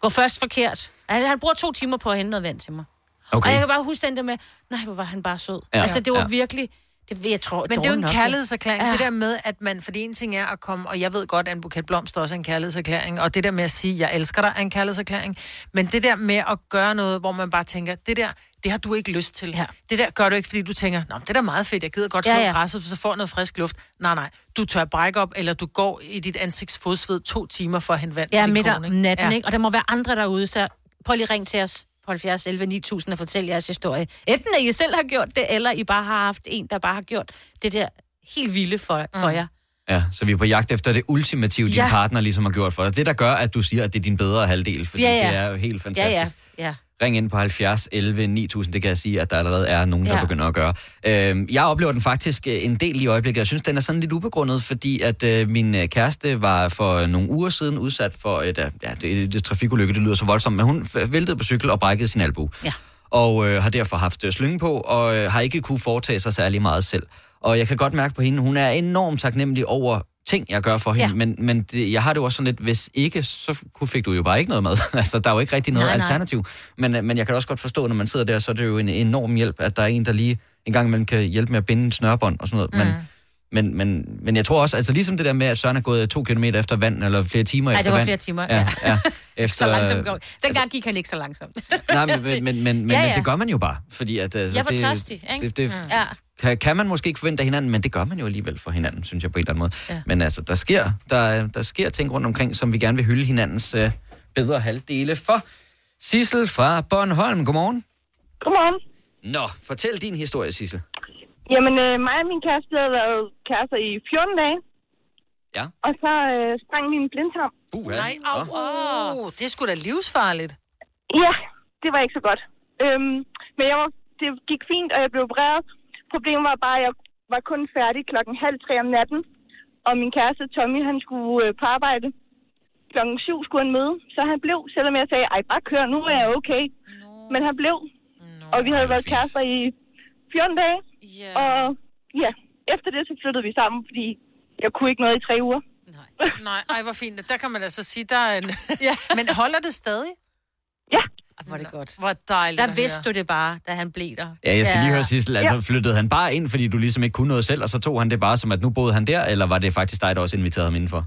I: går først forkert. Han, han bruger to timer på at hente noget vand til mig. Okay.
B: Okay.
I: Og jeg kan bare huske den der med, nej, hvor var han bare sød.
B: Ja.
I: Ja. Altså, det var
B: Ja.
I: ja. virkelig, det, jeg tror,
B: Men det er jo
I: dårligt
B: en
I: nok,
B: kærlighedserklæring. Ja.
I: ikke?
B: Det der med, at man... Fordi en ting er at komme... Og jeg ved godt, at en buket blomster også er en kærlighedserklæring. Og det der med at sige, jeg elsker dig, er en kærlighedserklæring. Men det der med at gøre noget, hvor man bare tænker, det der, det har du ikke lyst til. Ja. Det der gør du ikke, fordi du tænker, Nå, men det er da meget fedt, jeg gider godt slå
I: Ja,
B: ja, ja.
I: ja.
B: græsset, så får jeg noget frisk luft. Nej, nej, du tør brække op, eller du går i dit ansigts fodsved to timer for at hente vand til
I: Ja,
B: din
I: midt om
B: kone,
I: natten, ja. ikke? Og der må være andre derude, så prøv lige at ringe til os på 70 11 9000 og fortæl jeres historie. Enten at I selv har gjort det, eller I bare har haft en, der bare har gjort det der helt vilde for,
U: Mm.
I: for jer.
U: Ja, så vi er på jagt efter det ultimative, din
I: Ja.
U: partner ligesom har gjort for dig. Det, der gør, at du siger, at det er din bedre halvdel, fordi
I: Ja, ja.
U: det er jo helt fantastisk.
I: Ja, ja, ja.
U: Ring ind på 70 11 9000, det kan jeg sige, at der allerede er nogen, der
I: Ja.
U: begynder at gøre. Øhm, jeg oplever den faktisk øh, en del i øjeblikket. Jeg synes, den er sådan lidt ubegrundet, fordi at øh, min øh, kæreste var for øh, nogle uger siden udsat for et, øh, ja, det, det trafikulykke, det lyder så voldsomt, men hun f- væltede på cykel og brækkede sin albu.
I: Ja.
U: Og øh, har derfor haft øh, slynge på, og øh, har ikke kunne foretage sig særlig meget selv. Og jeg kan godt mærke på hende, hun er enormt taknemmelig over ting, jeg gør for hende, ja. men, men det, jeg har det jo også sådan lidt, hvis ikke, så kunne- fik du jo bare ikke noget med. *laughs* altså, der er jo ikke rigtig noget
I: Nej,
U: nej,
I: nej.
U: alternativ. Men, øh, men jeg kan da også godt forstå, når man sidder der, så er det jo en enorm hjælp, at der er en, der lige en gang imellem kan hjælpe med at binde en snørbånd og sådan noget. Men,
I: Mm.
U: men, men, men jeg tror også, altså ligesom det der med, at Søren er gået to kilometer efter vand, eller flere timer
I: Ej, det
U: efter
I: var
U: vand.
I: flere timer,
U: ja.
I: ja.
U: ja
I: Efter, *laughs* så langsomt går Dengang gik han ikke så langsomt.
U: øh, altså- *laughs*
I: *laughs*
U: Nej, men, men, men, men, men
I: Ja, ja.
U: det gør man jo bare, fordi at... Altså,
I: jeg var
U: det,
I: tørstig, ikke? Mm.
U: Det, det,
I: ja.
U: kan, kan man måske ikke forvente af hinanden, men det gør man jo alligevel for hinanden, synes jeg på en eller anden måde.
I: Ja.
U: Ja. Men altså, der sker, der, der sker ting rundt omkring, som vi gerne vil hylde hinandens øh, bedre halvdele for. Sissel fra Bornholm, godmorgen.
Q: Godmorgen.
U: Nå, fortæl din historie, Sissel.
Q: Jamen, øh, mig og min kæreste vi havde været kærester i 14 dage.
U: Ja.
Q: Og så øh, sprang min blindtarm.
U: Uh,
B: Nej, au, au, Oh, det er sgu da livsfarligt.
Q: Ja, det var ikke så godt. Øhm, men jeg var, det gik fint, og jeg blev opereret. Problemet var bare, at jeg var kun færdig klokken halv tre om natten. Og min kæreste Tommy, han skulle øh, på arbejde. Klokken syv skulle han møde, så han blev, selvom jeg sagde, ej, bare kør, nu er jeg okay. Men han blev. og vi havde været kærester i 14 dage.
I: Yeah.
Q: Og ja, efter det så flyttede vi sammen, fordi jeg kunne ikke noget i tre uger.
B: *laughs* Nej, ej, hvor fint. Der kan man altså sige, der er en... ja. *laughs* Men holder det stadig?
Q: Ja.
I: Var det godt.
B: Hvor dejligt
I: Der
B: at
I: vidste
B: høre.
I: du det bare, da han blev der.
U: Ja, jeg skal ja. lige høre, Sissel, altså ja. flyttede han bare ind, fordi du ligesom ikke kunne noget selv, og så tog han det bare som, at nu boede han der, eller var det faktisk dig, der også inviterede ham indenfor?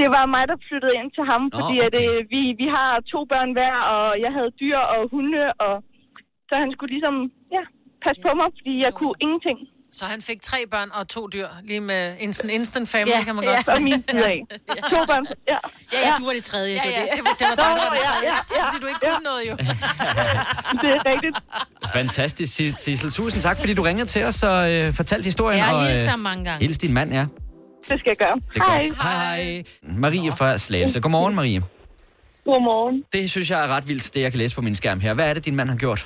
Q: Det var mig, der flyttede ind til ham,
U: Nå,
Q: fordi at,
U: okay.
Q: øh, vi, vi har to børn hver, og jeg havde dyr og hunde, og Så han skulle ligesom, ja, passe på mig, fordi jeg kunne ingenting.
B: Så han fik tre børn og to dyr, lige med en sådan instant family,
Q: Ja,
B: kan man
Q: ja.
B: godt
Q: Fra min side
B: *laughs*
Q: af. To børn, ja.
I: Ja, ja, du var det tredje.
B: Ja,
I: det
B: ja,
I: var det.
B: det var, det var dig, der var det
I: Nå, ja,
B: tredje.
I: ja, ja.
B: fordi du ikke kunne noget, jo.
Q: Det er rigtigt.
U: Fantastisk, Sis- Sissel. Tusind tak, fordi du ringede til os og øh, fortalte historien.
I: Ja,
U: og,
I: hils ham mange gange.
U: Hils din mand, ja.
Q: Det skal jeg gøre.
U: Det er godt. Hej. hej. Marie fra Slagelse. Godmorgen, Marie.
S: Godmorgen.
U: Det synes jeg er ret vildt, det jeg kan læse på min skærm her. Hvad er det, din mand har gjort?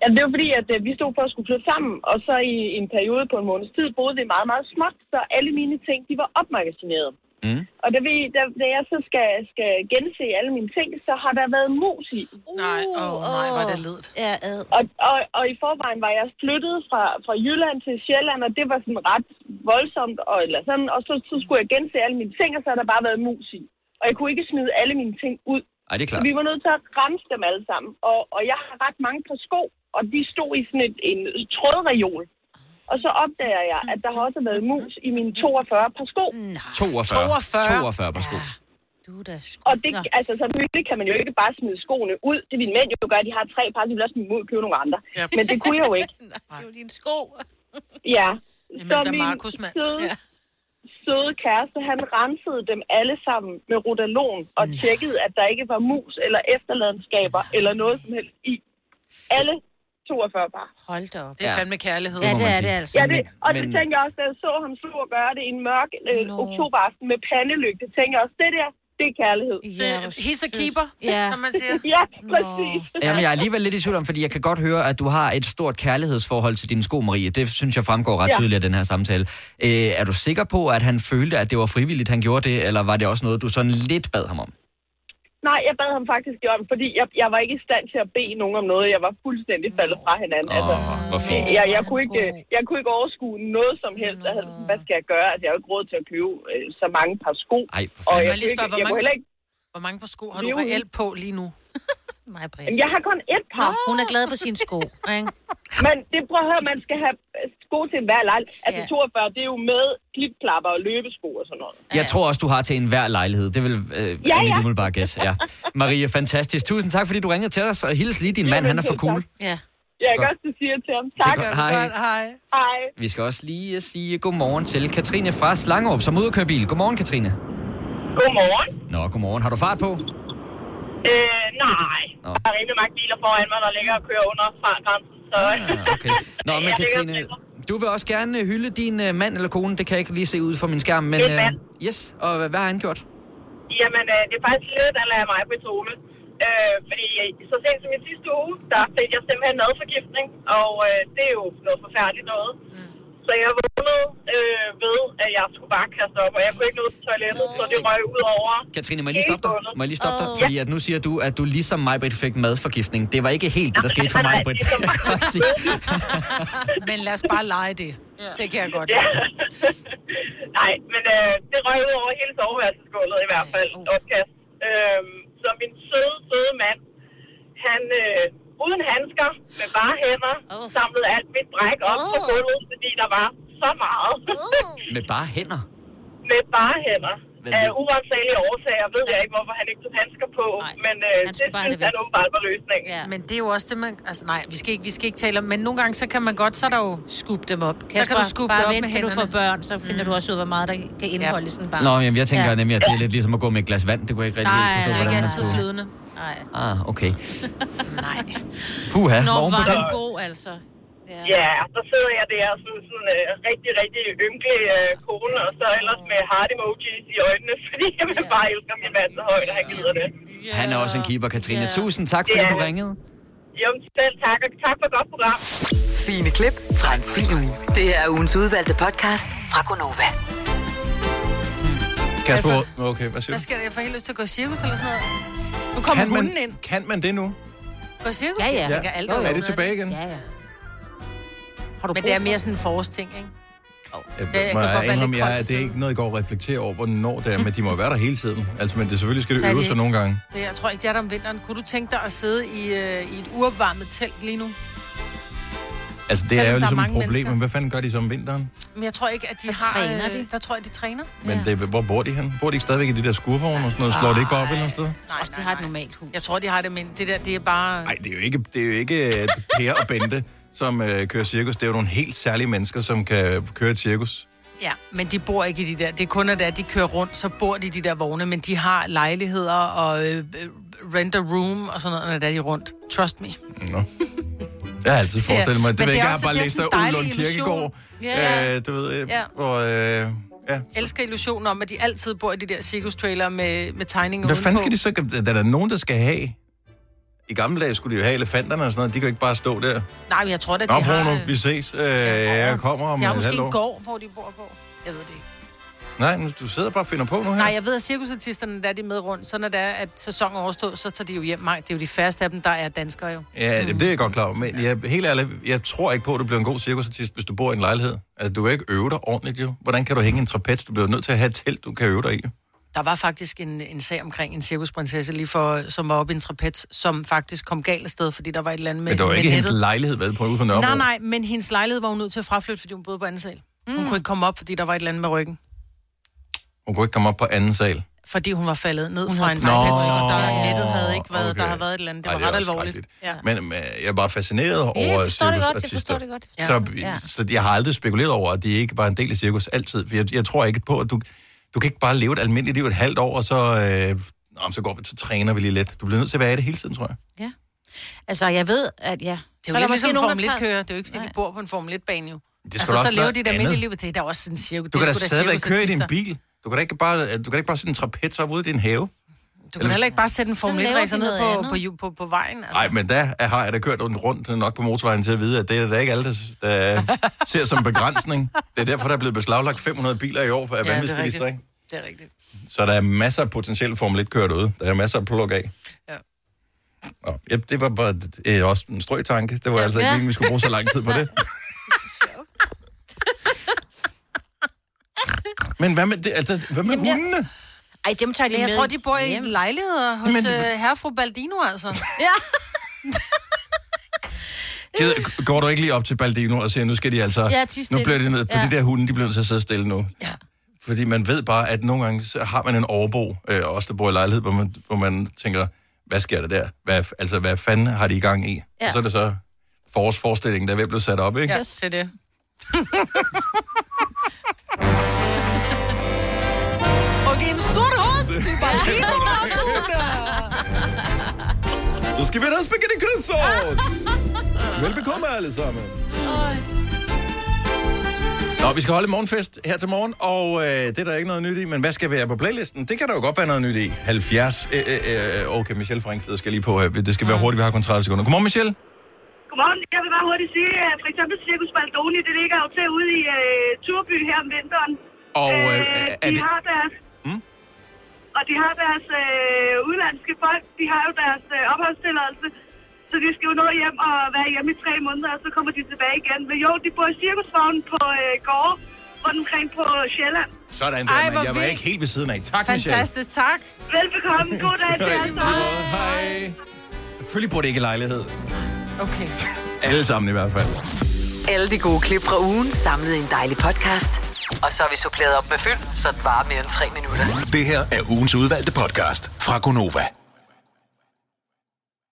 S: Ja, det var fordi, at øh, vi stod for at skulle flytte sammen, og så i en periode på en måneds tid boede vi meget, meget småt, så alle mine ting, de var opmagasineret.
U: Mm.
S: Og da, vi, da, da jeg så skal, skal gense alle mine ting, så har der været mus i.
B: Nej, åh oh, nej, hvor er det ledt.
I: Ja,
S: og, og, og i forvejen var jeg flyttet fra, fra Jylland til Sjælland, og det var sådan ret voldsomt. Og, eller sådan, og så, så skulle jeg gense alle mine ting, og så har der bare været mus i. Og jeg kunne ikke smide alle mine ting ud.
U: Ej, det er klart.
S: Så vi var nødt til at rense dem alle sammen. Og, og jeg har ret mange par sko, og de stod i sådan et, en trådreol. Og så opdager jeg, at der har også været mus i mine 42 par sko.
U: 42.
S: 42.
U: 42 på sko.
S: Og det, altså, selvfølgelig kan man jo ikke bare smide skoene ud. Det vil mænd jo gøre. De har tre par, de vil også smide dem ud og købe nogle andre.
I: Ja.
S: Men det kunne jeg jo
I: *laughs*
S: ikke.
I: Det var dine sko.
S: Ja.
I: Jamen, der er Markus, mand.
S: søde,
I: Ja.
S: søde kæreste, han rensede dem alle sammen med rotalon og
I: Mm.
S: tjekkede, at der ikke var mus eller efterladenskaber eller noget som helst i. Alle 42 par.
I: Hold da op.
B: Det er fandme kærlighed.
I: Ja, det er det altså.
S: Ja, det, og det
I: Men-
S: tænkte jeg også, da jeg så ham stå og gøre det i en mørk øh, oktoberaften med pandelygte. Det tænkte jeg også, det der, det er kærlighed.
B: Det er his a Øh, keeper, som man siger.
S: *laughs* ja, præcis.
U: Jamen, jeg er alligevel lidt i tvivl om, fordi jeg kan godt høre, at du har et stort kærlighedsforhold til dine sko, Marie. Det synes jeg fremgår ret
S: Ja.
U: tydeligt af den her samtale. Øh, er du sikker på, at han følte, at det var frivilligt, han gjorde det, eller var det også noget, du sådan lidt bad ham om?
S: Nej, jeg bad ham faktisk om, fordi jeg, jeg var ikke i stand til at bede nogen om noget. Jeg var fuldstændig faldet fra hinanden. altså,
U: hvor fint.
S: Jeg, jeg, kunne ikke, jeg kunne ikke overskue noget som helst. Jeg havde, sådan, hvad skal jeg gøre? Altså, jeg har jo ikke råd til at købe øh, så mange par sko.
U: Ej,
S: og
B: Må
S: jeg,
B: jeg lige
S: kunne
B: spørge,
S: ikke-
B: hvor
S: jeg, kunne heller
B: mange,
S: ikke,
B: hvor mange par sko har du
S: Jo.
B: reelt på lige nu?
I: Mig, Britt.
S: Jamen, jeg har kun et par.
I: Hun er glad for sine sko, ikke?
S: *laughs* Men det prøver at høre, man skal have øh, sko til enhver lejl. Altså
I: Ja.
S: 42, det er jo med klipklapper og løbesko og sådan noget.
U: Jeg tror også, du har til enhver lejlighed. Det vil øh,
S: Ja,
U: ja,
S: ja.
U: ja. bare gæt. Ja. Marie, fantastisk. Tusind tak, fordi du ringede til os, og hils lige din mand. Han er for cool.
I: Ja.
S: Jeg kan
U: Godt.
S: også sige til ham. Tak.
U: godt. Hej. Godt.
B: Hej.
S: Hej.
U: Vi skal også lige øh, sige godmorgen til Katrine fra Slangerup, som er ude at køre bil. Godmorgen, Katrine.
S: Godmorgen.
U: Nå, godmorgen. Har du fart på?
S: Øh, nej.
U: Nå.
S: Der er rimelig mange biler foran mig, der ligger og kører under fartgrænsen. Så...
U: Ah, okay.
S: *laughs*
U: Nå, men
S: Jeg
U: Katrine, du vil også gerne øh, hylde din øh, mand eller kone. Det kan jeg ikke lige se ud fra min skærm, men...
S: Det er mand.
U: øh, yes, og hvad- hvad har han gjort?
S: Jamen, øh, det er faktisk lidt at lade mig betone. Øh, fordi øh, så sent som i sidste uge, der fik jeg simpelthen madforgiftning, og øh, det er jo noget forfærdeligt noget. Mm. Så jeg vågnede øh, ved, at jeg skulle bare kaste op, og jeg kunne ikke nå til toilettet, så det røg ud over.
U: Katrine, må jeg lige
S: hele
U: stoppe dig?
S: gulvet.
U: Må jeg lige stoppe dig?
S: Åh.
U: Fordi at nu siger du, at du ligesom Majbrit fik madforgiftning. Det var ikke helt det, der skete for
S: Nej,
U: *laughs* Majbrit.
S: ligesom
B: Men lad os bare lege det. Det kan jeg godt.
S: Ja. *laughs* Nej, men øh, det røg ud over hele soveværelsesgulvet i hvert fald, opkast. Øh, så min søde, søde mand, han øh, uden handsker, med bare hænder, samlede alt mit bræk op på gulvet, fordi der var så meget
U: *laughs* Med bare hænder.
S: *laughs* med bare hænder.
U: Hvad
S: Af
U: ved-
S: urensagelige årsager ved jeg ikke, hvorfor han ikke tog handsker på, men øh, det synes han åbenbart var løsningen.
B: Ja. Men det er jo også det, man... Altså, nej, vi skal, ikke, vi skal ikke tale om... Men nogle gange, så kan man godt, så er der jo...
I: Skub dem op.
B: så kan du skubbe
I: bare
B: det op
I: vent,
B: med
I: til du får
B: hænderne.
I: børn, så finder mm. du også ud, hvor meget der kan indeholde i sådan en barn.
U: Nå, jamen, jeg tænker
I: Ja.
U: ja. nemlig, at det er lidt ligesom at gå med et glas vand. Det kunne jeg ikke rigtig
I: Nej,
U: forstå,
I: nej,
U: hvordan
I: ikke
U: man
I: altid
U: skulle-
I: flydende. Nej.
U: Ah, okay.
B: Nej.
U: *laughs* Puha,
I: Nå,
U: oven på
I: var
U: den.
I: den god, altså.
S: Ja, så sidder jeg der som sådan en øh, rigtig, rigtig ynkelig øh, kone, og så ellers med heart emojis i øjnene, *laughs* fordi jeg vil bare elsker min mand så højt, og han gider det.
U: Han er også en keeper, Katrine. Tusind tak, fordi
S: Det er
U: du
S: han.
U: ringede.
S: Jo, selv tak, og tak for et godt program.
C: Fine klip fra en fin uge. Det her er ugens udvalgte podcast fra Gonova.
A: Kasper, okay, hvad siger
B: Altså, Hvad
A: du?
B: sker der? Jeg får helt lyst til at gå i cirkus eller sådan noget. Nu kommer
A: kan man,
B: hunden ind.
A: Kan man det nu?
B: Gå i cirkus?
A: Ja, ja.
B: Jeg tænker, alt
A: Ja. Er det
B: åbnet.
A: tilbage igen?
B: Ja, ja.
I: Har
B: du Men det er mere sådan en forårsting, ikke?
A: Jeg,
B: Ja, jeg
A: jeg,
B: kan godt
A: jeg,
B: være
A: jeg,
B: lidt
A: jeg,
B: kold i
A: jeg, det er ikke noget, jeg går og reflekterer over, hvornår det er, men de må jo være der hele tiden. Altså, men det selvfølgelig skal
B: Det
A: det
B: er
A: øve
B: de
A: sig
B: ikke.
A: nogle gange.
B: Det, jeg tror ikke, det er der om vinteren. Kunne du tænke dig at sidde i, øh, i et uopvarmet telt lige nu?
A: Altså, det
B: Selvom
A: er jo
B: der
A: ligesom et
B: mange
A: problem,
B: mennesker.
A: men hvad fanden gør de så om vinteren?
B: Men jeg tror ikke, at de
I: Der
B: har...
I: træner
B: øh, Der tror jeg, de træner.
A: Men det, hvor bor de hen? Bor de ikke stadigvæk i de der skurvogne og sådan noget? Slår det ikke bare op et eller andet sted?
B: Nej, de har et normalt hus. Jeg tror, de har det, men det der, det er bare...
A: Nej, det er jo ikke, det er jo ikke øh, Per og Bente, som øh, kører cirkus. Det er jo nogle helt særlige mennesker, som kan køre et cirkus.
B: Ja, men de bor ikke i de der. Det er kun, at da de kører rundt, så bor de i de der vogne, men de har lejligheder og øh, øh, rent a room og sådan noget, når der er de rundt. Trust me.
A: Nå. Jeg har altid forestillet mig,
B: Ja,
A: det
B: men
A: ved jeg ikke,
B: det er
A: jeg har
B: også-
A: bare
B: det er
A: læst af
B: sådan
A: Ole
B: en dejlig
A: Lund Kirkegaard.
B: illusion. Ja.
A: Øh, du ved, øh,
B: Ja.
A: og, øh, ja.
B: elsker illusionen om, at de altid bor i de der cirkustrailer med, med tegninger
A: Hvad fanden
B: udenpå.
A: skal de så... Der er der nogen, der skal have... I gamle dage skulle de jo have elefanterne og sådan noget. De kan jo ikke bare stå der.
B: Nej, men jeg tror da, de
A: Nå,
B: har...
A: Bruno, vi ses. Øh, jeg kommer om
B: de har
A: et
B: måske
A: halvt
B: en
A: år.
B: gård, hvor de bor på. Jeg ved det ikke.
A: Nej, nu- du sidder bare og finder på nu her.
B: Nej, jeg ved, at cirkusartisterne, der er de med rundt, så når det er, at sæsonen overstået, så tager de jo hjem. Nej, det er jo de færreste af dem, der er danskere jo.
A: Ja, det, det er jeg godt klar over. Men jeg, helt ærligt, jeg tror ikke på, at du bliver en god cirkusartist, hvis du bor i en lejlighed. Altså, du kan ikke øve dig ordentligt, jo. Hvordan kan du hænge en trapez? Du bliver nødt til at have et telt, du kan øve dig i.
B: Der var faktisk en, en sag omkring en cirkusprinsesse, lige for, som var oppe i en trapez, som faktisk kom galt af sted, fordi der var et eller andet med
A: Men det var
B: med
A: ikke hendes
B: nettet.
A: lejlighed, hvad, på ude på Nørrebro.
B: Nej, nej, men hendes lejlighed var hun nødt til at fraflytte, fordi hun boede på anden sal. Mm. Hun kunne ikke komme op, fordi der var et eller andet med ryggen.
A: Hun kunne ikke komme op på anden sal.
B: Fordi hun var faldet ned fra en
A: Nå,
B: trapez, og der nettet havde ikke været, okay. der
A: okay.
B: havde været et eller andet. Det
A: Ej,
B: var
A: det er
B: ret
A: også
B: alvorligt. Ja.
A: Men, men jeg er bare fascineret over
B: jeg forstår det godt, jeg
A: cirkusartister.
B: forstår det godt. Ja.
A: Så,
B: Ja.
A: så jeg har aldrig spekuleret over, at de ikke bare er en del af cirkus altid. For jeg, jeg tror ikke på, at du, du kan ikke bare leve et almindeligt liv et halvt år, og så, øh, nå, men så går vi til træner vi lige lidt. Du bliver nødt til at være i det hele tiden, tror jeg.
I: Altså, jeg ved, at ja.
B: Det
I: Så
B: er jo
I: der
B: lidt ligesom
I: måske nogen,
B: Formel
I: der
B: 1
I: tager-
B: kører. Det er jo ikke, fordi de bor på en Formel 1-bane jo.
A: Det er sgu
B: altså,
A: da
B: så
A: også
B: lever
A: noget
B: de der midt i
A: andet.
B: livet. Det er da også sådan cirkus.
A: Du kan da
B: det er sgu
A: stadigvæk køre i din
B: cirkusartister.
A: bil. Du kan da ikke bare, du kan da ikke bare sætte en trapez op ude i din have.
B: Du kan da heller ikke bare sætte en Formel
I: laver
B: 1-racer
I: de
B: ned
I: noget
B: på,
I: andet.
B: på, ju- på, på vejen. Altså.
A: Nej, men der har jeg da kørt rundt nok på motorvejen til at vide, at det er da ikke alle, der,
B: *laughs*
A: der ser som begrænsning. Det er derfor, der er blevet beslaglagt 500 biler i år for ja,
B: det er
A: vanvidsbilister, ikke?
B: rigtigt. Det er rigtigt.
A: Så der er masser af potentielle Formel 1 kørt ude. Der er masser at plukke af.
B: Ja.
A: Nå, ja, det var bare øh, også en strøg tanke. Det var altså ikke
B: Ja.
A: meningen, vi skulle bruge så lang tid på
B: *laughs*
A: det. Men hvad med, det, altså, hvad med
I: Jamen, jeg-
A: hundene?
I: Ej, dem tager de
B: Jeg
I: med.
B: tror, de bor i
I: hjem.
B: lejligheder hos
A: Men-
B: men... herre Baldino, altså.
I: Ja.
A: Gider, går du ikke lige op til Baldino og siger, nu skal de altså...
I: Ja, de er
A: nu
I: stille.
A: bliver det ned, for
I: Ja.
A: de der hunde, de bliver nødt til at sidde stille nu.
B: Ja.
A: Fordi man ved bare, at nogle gange så har man en overbo, øh, også der bor i lejlighed, hvor man, hvor man tænker, hvad sker der der? Hvad, altså, hvad fanden har de i gang i?
B: Ja.
A: Og så er det så forårsforestillingen, der er ved at blive sat op, ikke?
B: Ja, det er det. Og giv en stor hånd
S: *laughs*
B: til Baldino, Martuna.
A: Så skal vi have noget spaghetti kødsovs! Velbekomme alle sammen! Nå, vi skal holde morgenfest her til morgen, og øh, det er der ikke noget nyt i, men hvad skal være på playlisten? Det kan der jo godt være noget nyt i. 70, øh, øh, øh, okay, Michelle Franksted skal lige på her. Det skal være hurtigt, vi har kun 30 sekunder. Godmorgen, Michelle.
K: Godmorgen. Jeg vil bare hurtigt sige, at for eksempel Circus Baldoni, det ligger jo til ude i øh, Turby her om vinteren.
A: Og, øh, er
K: de
A: det-
K: har deres...
A: Mm?
K: Og de har deres øh, udenlandske folk, de har jo deres øh, opholdstilladelse, så de skal jo nå hjem og være hjemme i tre måneder, og så kommer de tilbage igen. Men jo, de bor i cirkusvognen på øh, gårde rundt omkring på Sjælland.
A: Sådan der,
K: Ej,
A: Ej,
K: hvor
A: men jeg var
K: vildt.
A: ikke helt ved siden af. Tak, Michelle.
B: Fantastisk, tak.
K: Velbekomme. God dag til jer.
A: Hej, i lige måde. Hej. Selvfølgelig bor det ikke i lejlighed.
B: Okay.
A: Alle sammen i hvert fald.
C: Alle de gode klip fra ugen samlet i en dejlig podcast. Og så har vi suppleret op med fyld, så det varer mere end tre minutter.
D: Det her er ugens udvalgte podcast fra Gonova.